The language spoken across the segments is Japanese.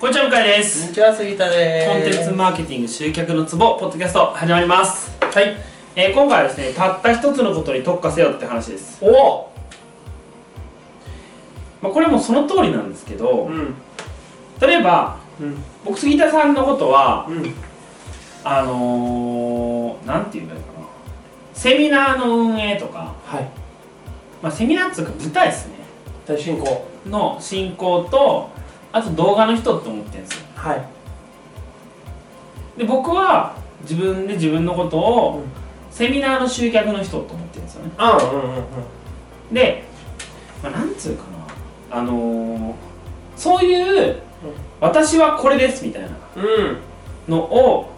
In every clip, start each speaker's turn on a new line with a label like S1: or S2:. S1: こんにちは向井で
S2: こん
S1: す
S2: にちは、杉田で
S1: コンテン
S2: す。
S1: ツマーケティング集客のツボポッドキャスト始まります、
S2: はい。
S1: えー今回はですねたった一つのことに特化せよって話です、
S2: お
S1: まあ、これもその通りなんですけど
S2: ん。
S1: 例えば
S2: うん。
S1: 僕杉田さんのことは
S2: うん。
S1: あのー、なんて言うんだろうかなセミナーの運営とか、
S2: はい。
S1: まあ、セミナーっていうか舞台ですね
S2: 大進行。
S1: の進行とあと動画の人って思ってるんですよ
S2: はい。
S1: で僕は自分で自分のことを
S2: うん
S1: セミナーの集客の人と思ってるんですよね
S2: あん、うん、うん、うん。
S1: で、まあ、なんつうかなあのーそういう私はこれですみたいな
S2: うん。
S1: のを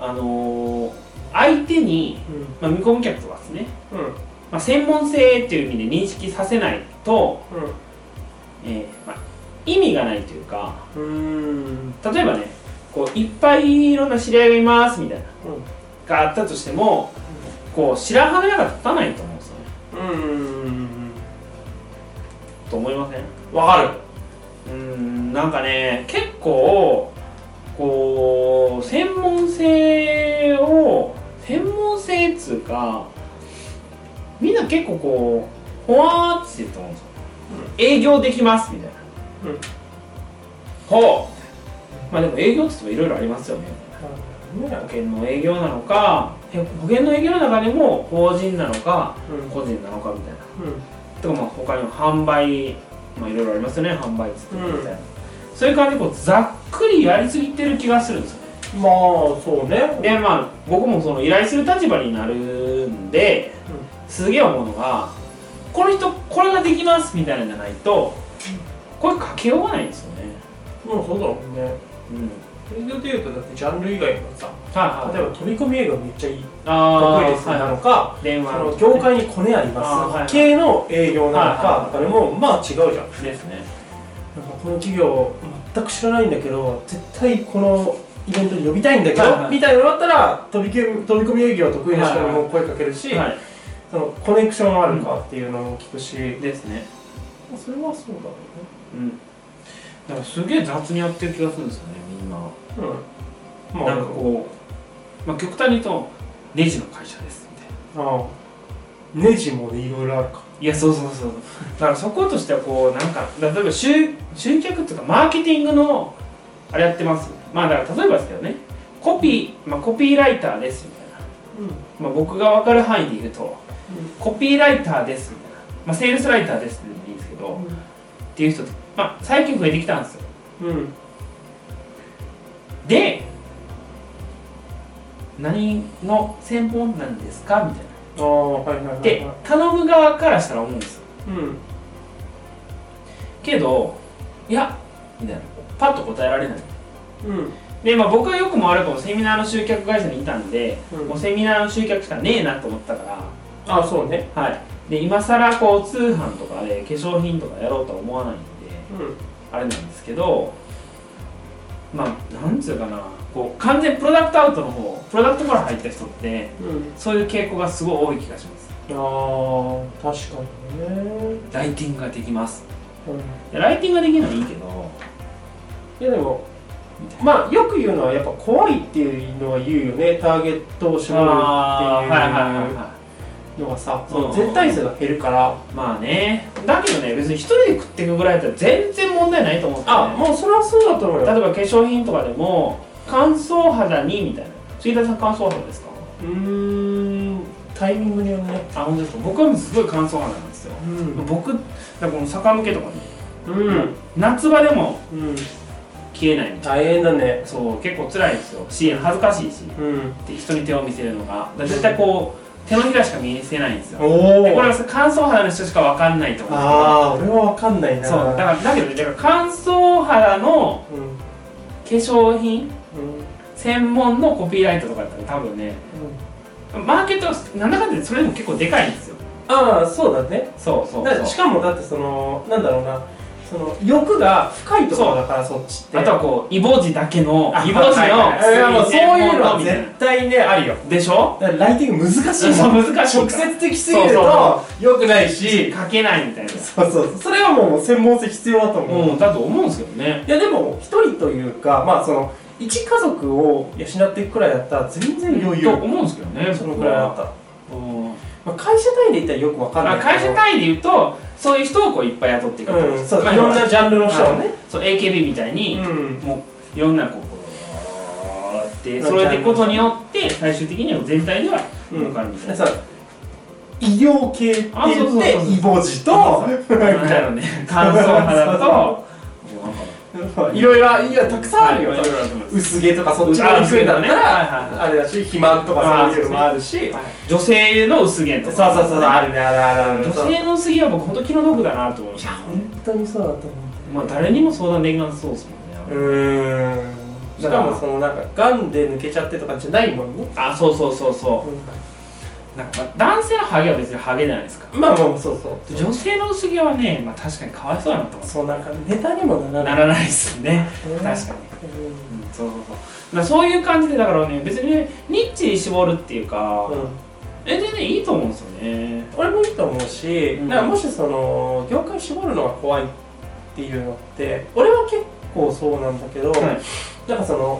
S1: あのー相手に、まあ、見込み客とかですね、
S2: うん。うん。
S1: まあ、専門性っていう意味で認識させないと、えーまあ、意味がないというか
S2: うん。
S1: 例えばねこういっぱいいろんな知り合いがいますみたいながあったとしてもこう白羽の矢が立たないと思うんですよね
S2: うん。
S1: と思いません
S2: わかる。
S1: うーんなんかね結構こう専門性を専門性っつうかみんな結構こうほわーって言ってると思うんですよ、営業できますみたいな、
S2: うん
S1: ほうまあでも営業って言ってもいろいろありますよね保険の営業なのかえ保険の営業の中でも法人なのか
S2: うん。
S1: 個人なのかみたいな
S2: うん。
S1: とかまあ他にも販売まあいろいろありますよね販売っつってみたいな、
S2: う
S1: そういう感じでこうざっくりやりすぎてる気がするんですよね
S2: まあ、そうね。
S1: でまあ僕もその依頼する立場になるんで、すげえ思うのがこの人これができますみたいなんじゃないとこれかけようがないんですよね
S2: うん、そうだもんね。
S1: うん
S2: 営業でいうと、だってジャンル以外のさ、
S1: はい
S2: 例えば飛び込み営業めっちゃいい。
S1: あ
S2: 得
S1: ー
S2: 意です
S1: はい
S2: なのか、
S1: 電
S2: そ
S1: 話
S2: の業界にコネあります系の営業なのか、あれも、まあ違うじゃん。
S1: ですね
S2: なんかこの企業全く知らないんだけど絶対このイベントに呼びたいんだけど、
S1: はいはい
S2: みたいなのだったら飛びけ飛び込み営業得意な人に
S1: はい
S2: も声かけるし、
S1: は
S2: そのコネクションあるかっていうのも聞くし、
S1: いですね
S2: それはそうだろ
S1: うんだからすげえ雑にやってる気がするんですよねみんな
S2: うねうんま
S1: な
S2: あ
S1: んかこう、まあ、極端に言うとネジの会社ですみたいな
S2: ああネジもねいろいろあるか
S1: いやそうそうそうそうだからそことしてはこうなんかだから例えば集集客とかマーケティングのあれやってますまあだから例えばですけどねコピー、まあ、コピーライターですみたいな、
S2: う
S1: まあ、僕が分かる範囲で言うと
S2: うん
S1: コピーライターですみたいな、まあ、セールスライターですでもいいんですけど、っていう人ってまあ最近増えてきたんですよ
S2: んうん
S1: で何の専門なんですかみたいな
S2: ああはいはいはいはい
S1: で頼む側からしたら思うんですよ
S2: うん
S1: けどいやみたいなパッと答えられない
S2: うん
S1: で、まあ、僕はよくも悪くもセミナーの集客会社にいたんで、
S2: うん
S1: もうセミナーの集客しかねえなと思ったか
S2: ああそうね
S1: ら、はい、で今更こう通販とかで化粧品とかやろうとは思わないんで
S2: う
S1: あれなんですけどまあなんつうかなこう完全プロダクトアウトの方プロダクトから入った人って
S2: んうん
S1: そういう傾向がすごい多い気がします
S2: ああ確かにね
S1: ライティングができます
S2: うん
S1: いやライティングができるのはいいけど
S2: いやでもまあよく言うのはやっぱ怖いっていうのは言うよねターゲットを絞る
S1: あーはいはい
S2: っ
S1: はい
S2: てい
S1: はいう
S2: のがさ
S1: うんうんうん
S2: 絶対数が減るから
S1: まあねだけどね別に一人で食っていくぐらいだったら全然問題ないと思うんですよ
S2: あ
S1: ね
S2: もうそれはそうだと思う
S1: 例え
S2: よ
S1: ば化粧品とかでも乾燥肌にみたいな杉田さん乾燥肌ですか
S2: うーんタイミングによるね
S1: あ本当ですか僕はすごい乾燥肌なんですよ
S2: うん
S1: 僕だからこの坂向けとかね
S2: うん
S1: 夏場でも
S2: うん
S1: 消えないみたい
S2: 大変だね
S1: なそう結構辛いですよし恥ずかしいし
S2: うん
S1: で人に手を見せるのがだから絶対こう手のひらしか見せないんですよ
S2: お
S1: でこれ
S2: お
S1: は乾燥肌の人しか分かんないと思うんですけど
S2: ああー俺は分かんないな
S1: そうだからだけどねだから乾燥肌の
S2: うんうん
S1: 化粧品
S2: うん
S1: 専門のコピーライトとかだったら多分ねマーケットはなんだかんだでそれでも結構でかいんですよ
S2: ああそうだね
S1: そうそう
S2: だから
S1: そう
S2: しかもだってそのなんだろうなその欲が深いところだからそっちって
S1: あとはこうイボ痔だけの
S2: あ
S1: イボ痔の
S2: はいはいはいいやもうそういうのは
S1: みたい
S2: 絶対ねあるよ
S1: なでしょ
S2: だからライティング難しい
S1: そう
S2: もん
S1: 難しい
S2: 直接的すぎる
S1: そう
S2: と
S1: そ
S2: 良くないし
S1: 書けないみたいな
S2: そうそうそれはもう専門性必要だと思う、
S1: うんだと思うんですけどね
S2: いやでも一人というかまあその一家族を養っていくくらいだったら全然余裕
S1: と思うんですけどね、
S2: そのくらいだったら、
S1: うん
S2: まあ、会社単位で言ったらよくわかんな
S1: ま
S2: い
S1: あ、会社
S2: 位
S1: 単位で言うとそういう人をこういっぱい雇っていくってこと
S2: うんそう
S1: まあ
S2: いろんなジャンルの人を
S1: は
S2: ね
S1: いそう AKB みたいに、
S2: うん
S1: もういろんなこうこうって揃えていくことによって最終的には全体では
S2: うん
S1: 儲かるみたいな、
S2: さ医療系って
S1: あそう
S2: 言
S1: そう
S2: って
S1: そうそう
S2: イボ痔
S1: そ
S2: と
S1: うなんだろうね乾燥肌ともうなんか
S2: いろいろいやたくさんあるよ、
S1: はいいろいろあります
S2: 薄毛とかそっち
S1: あ
S2: の薄毛だ
S1: 薄毛だ
S2: った
S1: ね
S2: ら、
S1: はいはいは
S2: あれだし肥満とかそういうのもあるし
S1: 女性の薄毛
S2: そ
S1: と
S2: う
S1: か
S2: そうそうそうあるねあるあるある
S1: 女性の薄毛は僕本当気の毒だなと思いま
S2: い
S1: し
S2: や
S1: た
S2: 本当にそうだと思う
S1: まあ誰にも相談できなさそうですもんね、
S2: うーんしかもそのなんかがんで抜けちゃってとかじゃないもんね、
S1: あそうそうそうそうなんか、まあ、男性のハゲは別にハゲじゃないですか
S2: まあまあそうそう
S1: 女性の薄毛はね、まあ、確かにかわいそうだなと思
S2: そうなんかネタにもな
S1: う
S2: ら
S1: な
S2: ない
S1: らないですね
S2: うん
S1: 確かに、うん、そうそうそうまあそういう感じでだからね別にねニッチに絞るっていうか、
S2: うん
S1: え全然いいと思うんですよね
S2: 俺もいいと思うし、
S1: うん
S2: なんかもしその業界絞るのが怖いっていうのって俺は結構そうなんだけど、
S1: はい
S2: なんかその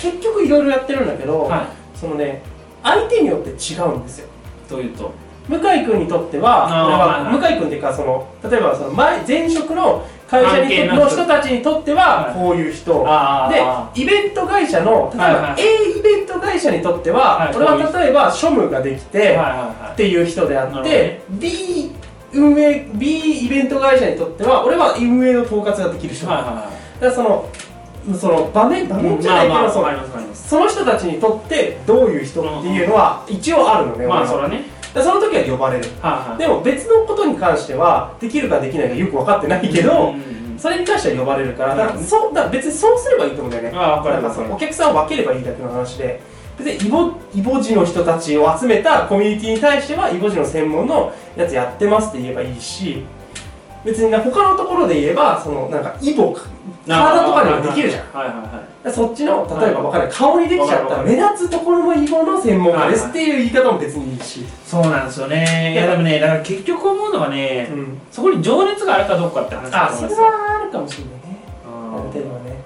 S2: 結局いろいろやってるんだけど、
S1: は
S2: そのね相手によって違うんですよ
S1: いというと
S2: 向井君にとって
S1: あ
S2: は
S1: ー
S2: これは
S1: はいはい
S2: 向井君っていうかその例えばその前前職の会社に
S1: 案件の
S2: の
S1: 人
S2: 人たちにとっては
S1: はい
S2: こういう人、
S1: あ
S2: でイベント会社の例えば、
S1: はいはい
S2: A イベント会社にとっては、
S1: はい
S2: これは例えば庶務ができて、
S1: ではいはいは
S2: っ
S1: い
S2: ていう人であ
S1: なる
S2: っ
S1: ほど
S2: て
S1: ね
S2: B 運営 B イベント会社にとっては俺は運営の統括ができる人、
S1: はい
S2: だか
S1: は
S2: らそのその場面場
S1: いはい
S2: 面じゃないけど、
S1: まあまあ
S2: そ
S1: わ
S2: の
S1: かりますわかります
S2: その人たちにとってどういう人っていうのは一応あるのね、
S1: まあ
S2: 俺は
S1: それはね
S2: だからその時は呼ばれる
S1: はいはい
S2: でも別のことに関してはできるかできないかよく分かってないけど、
S1: うんうんうん
S2: それに関しては呼ばれるからだから
S1: うん
S2: そうだから別にそうすればいいと思うんだよね
S1: あわか
S2: な
S1: り
S2: んか
S1: ます
S2: そのお客さんを分ければいいだけの話で別にイボイボ児の人たちを集めたコミュニティに対してはイボ児の専門のやつやってますって言えばいいし別にな他のところで言えばそのなんかイボ体とかにもできるじゃん
S1: はいはいはい
S2: でそっちの例え
S1: は
S2: ば
S1: い
S2: 分かんない顔にできちゃったら
S1: わかるわかる
S2: 目立つところのイボの専門家ですっ
S1: は
S2: ていう言い方も別にいいし、
S1: そうなんですよねいやでもねだから結局思うのはね、
S2: うん
S1: そこに情熱があるかどうかって話だ
S2: あ
S1: と思う
S2: そ
S1: んで
S2: れ
S1: すよ
S2: はあるかもしれないねあ
S1: う
S2: る
S1: ん
S2: 程度はね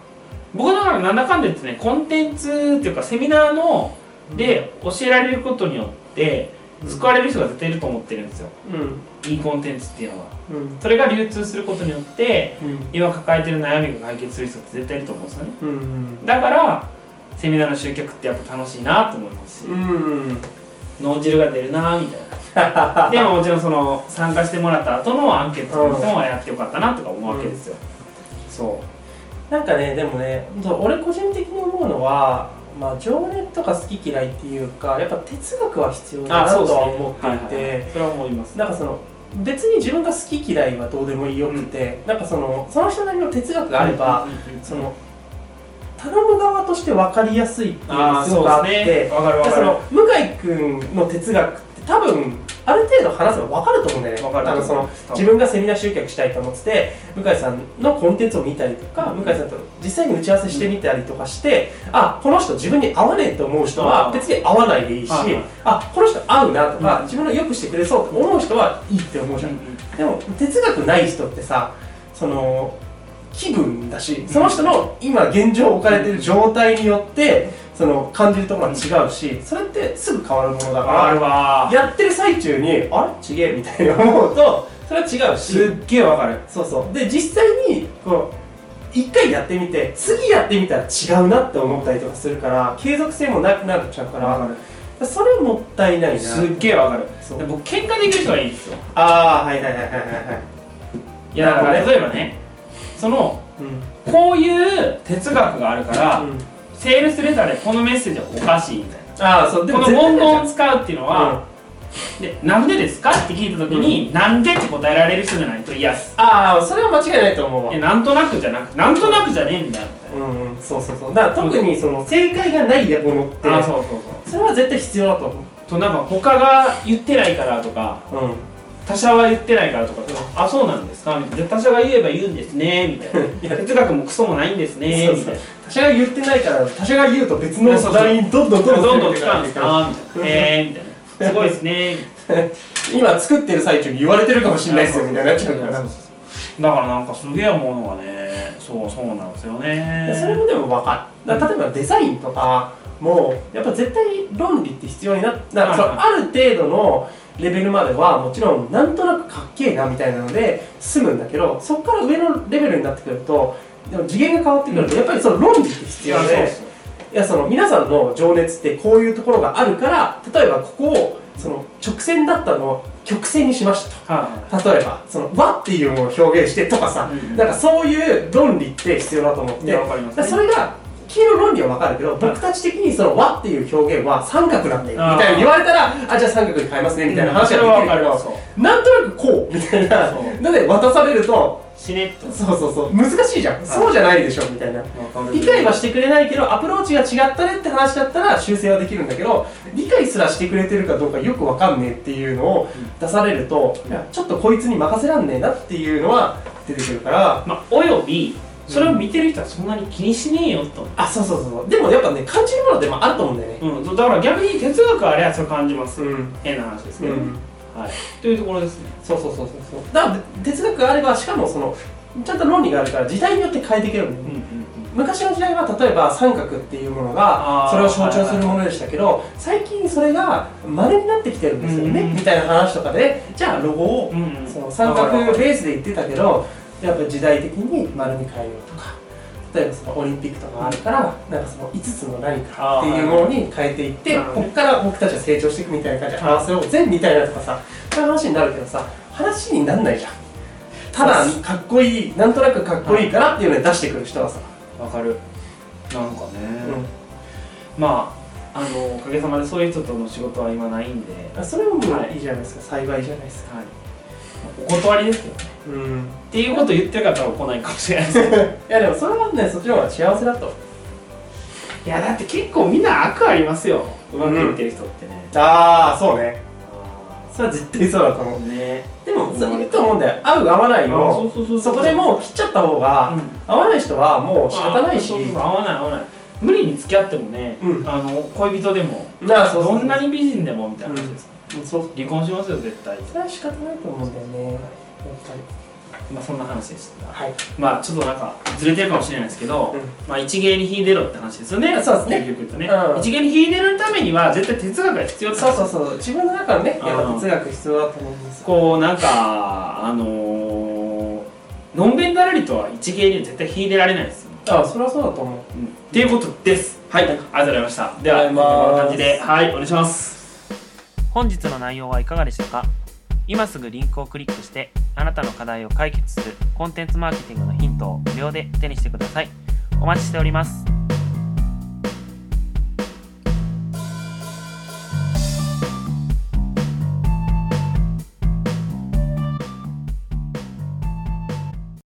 S1: 僕だからなんだかんだ言ってねコンテンツっていうかセミナーので教えられることによって
S2: うん
S1: 救われる人が絶対いると思ってるんですよ
S2: うん
S1: いいコンテンツっていうのは
S2: うん
S1: それが流通することによって
S2: うん
S1: 今抱えてる悩みが解決する人って絶対いると思うんですよね
S2: うん
S1: だからセミナーの集客ってやっぱ楽しいなと思いますし
S2: うん
S1: 脳汁が出るなみたいな でももちろんその参加してもらった後のアンケートとかもやってよかったなとか思うわけですよ、そ
S2: なんかねでもねそう俺個人的に思うのはまあ情熱とか好き嫌いっていうかやっぱ哲学は必要
S1: う
S2: だなとは
S1: ですね
S2: 思ってい
S1: はいはいは
S2: て
S1: いそれは思います
S2: なんかその別に自分が好き嫌いはどうでもいいよくて、なんかそのその人なりの哲学があれ
S1: う
S2: ば、
S1: んうんうん
S2: その頼む側として分かりやすいっていうの
S1: あ
S2: が
S1: あ
S2: すごくあ
S1: そう
S2: って
S1: ですねわかるわ
S2: で
S1: か
S2: そ
S1: る
S2: の向井君の哲学って多分ある程度話せば分かると思うんだよね
S1: わかる
S2: 多分その自分がセミナー集客したいと思ってて向井さんのコンテンツを見たりとか、向井さんと実際に打ち合わせしてみたりとかして、あこの人自分に合わねえと思う人は
S1: あー
S2: 別に合わないでいいし、
S1: はいはい
S2: あこの人合うなとか、
S1: うん
S2: 自分の良くしてくれそうと思う人はいいって思うじゃん、でも哲学ない人ってさその気分だしその人の今現状置かれてる状態によってその感じるところが違うしそれってすぐ変わるものだ
S1: あ
S2: か
S1: るわ
S2: らやってる最中にあれちげえみたいな思うとそれは違うし
S1: すっげえわかる
S2: そうそうで実際にこう一回やってみて次やってみたら違うなって思ったりとかするから継続性もなくなっちゃうからそれもったいないな
S1: すっげえわかる
S2: そう
S1: で僕喧嘩できる人はいいんですよ
S2: ああはいはいはいはいはいはい
S1: いやだか
S2: なる
S1: ら
S2: ほど
S1: 例えばねその
S2: うん
S1: こういう哲学があるから
S2: うん
S1: セールスレターでこのメッセージはおかしいみたいな
S2: ああそうでも
S1: この文言を使うっていうのは
S2: あ
S1: でなんでですかって聞いた時に、なんでって答えられる人じゃないと嫌っす
S2: あーそれは間違いないと思うわ
S1: いやなんとなくじゃなくなんとなくじゃねえんだよみたい
S2: うんうんそうそうそうだから特にその正解がないものって
S1: なあそうそう
S2: それは絶対必要だと思
S1: そうとなんか他が言ってないからとか
S2: ううん
S1: 他者は言ってないからとか「あそうなんですか」みたいな「他者が言えば言うんですね」みたいな「哲学もクソもないんですね」みたいな
S2: 他者が言ってないから他者が言うと別の
S1: そうそうそう
S2: 話題にどんどんどん
S1: ど
S2: ど
S1: ん
S2: ん
S1: どん
S2: 出て
S1: 使
S2: くる
S1: うんですかみたいな「えー」みたいな「すごいですね」
S2: 今作ってる最中に言われてるかもしれないですよみたいになっちゃうか
S1: そう
S2: ら
S1: そうそうだからなんかすげえ思うのがねそうそうなんですよね
S2: それもでも分かるだから例えばデザインとかもやっぱ絶対論理って必要になっだからそのある程度のレベルまではもちろんなんとなくかっけえなみたいなので済むんだけどそこから上のレベルになってくるとでも次元が変わってくるとやっぱりその論理って必要
S1: そうそう
S2: で、
S1: そう
S2: いやその皆さんの情熱ってこういうところがあるから例えばここをその直線だったのを曲線にしました
S1: はい
S2: と例えばその和っていうものを表現してとかさ、
S1: うん
S2: なんかそういう論理って必要だと思って
S1: いやわかります
S2: だらそれが黄色論理は分かるけど僕たち的にその和っていう表現は三角なんだよ
S1: あー
S2: みたいに言われたらあじゃあ三角に変えますねみたいな話
S1: うんそれは
S2: ができるけ
S1: わかる
S2: ど、なんとなくこうみたいな
S1: そ
S2: ので渡されると
S1: しねっと
S2: そうそうそう難しいじゃんそうじゃないでしょみたいな。理解はしてくれないけどアプローチが違ったねって話だったら修正はできるんだけど理解すらしてくれてるかどうかよくわかんねえっていうのを出されると、いやちょっとこいつに任せらんねえなっていうのは出てくるから
S1: まあ、およびそれを見てる人はそんなに気にしねえよと、
S2: あそうそうそうそうでもやっぱね感じるものでもあると思うんだよね
S1: うんだから逆に哲学あれはそれ感じます、
S2: ん
S1: 変な話です
S2: う
S1: けど、
S2: ん
S1: はい、というところですね
S2: そうそうそうそうそうだから哲学があればしかもそのちゃんと論理があるから時代によって変えていけるんだよね、昔の時代は例えば三角っていうもの
S1: あ
S2: が
S1: ー
S2: それを象徴するものでしたけど最近それが稀になってきてるんですよね、
S1: うん
S2: みたいな話とかでじゃあロゴを
S1: うんうん
S2: その三角ベースで言ってたけどやっぱ時代的に丸に変えようとか例えばそのオリンピックとかあるからなんかその5つの何かっていうものに変えていって
S1: あー
S2: ここから僕たちは成長していくみたいな感じで合わせようぜみたいなとかさそういう話になるけどさ話になんないじゃんただかっこいいなんとなくかっこいいからっていうので出してくる人はさ、
S1: わかるなんかね、
S2: うん
S1: まああのおかげさまでそういう人との仕事は今ないんで、
S2: あそれもも
S1: は
S2: う
S1: い
S2: いいじゃないですか、幸いじゃないですか
S1: はい、お断りですけどね
S2: うん
S1: っていうこと言ってる方は来ないかもしれないです けど
S2: いやでもそれはねそっちの方が幸せだと
S1: いやだって結構みんな悪ありますようまくいってる人ってね、
S2: ああそうね
S1: あ
S2: それは絶対そうだと思
S1: ー
S2: う
S1: ね
S2: でもそれいいと思うんだよ合う合わない
S1: あそ
S2: を
S1: うそうそう
S2: そこでもう切っちゃった方が、
S1: うん
S2: 合わない人はもう仕方ないし
S1: あそうそうそう合わない合わない無理に付き合ってもね、
S2: うん
S1: あの恋人でも
S2: なあそうそう
S1: どんなに美人でもみたいな話です、
S2: うんそう
S1: 離婚しますよ絶対
S2: それは仕方ないと思うんだよねやっぱり
S1: まあそんな話でした
S2: はい
S1: まあちょっとなんかずれてるかもしれないですけど、
S2: うん
S1: まあ一芸に秀でろって話ですよね
S2: そうですね
S1: 結局言うとね、
S2: うん
S1: 一芸に秀でるためには絶対哲学が必要だ
S2: そうそうそう自分の中のね
S1: うん
S2: やっぱ哲学必要だと思うんですよ
S1: こうなんかあのーのんべんだらりとは一芸には絶対秀でられないですよ
S2: あそれはそうだと思
S1: う
S2: う
S1: んっていうことです。はい、ありがとうございました。で
S2: あ
S1: は、
S2: り
S1: こん
S2: がとうございます
S1: な感じで、はい、お願いします。本日の内容はいかがでしたか今すぐリンクをクリックして、あなたの課題を解決するコンテンツマーケティングのヒントを無料で手にしてください。お待ちしております。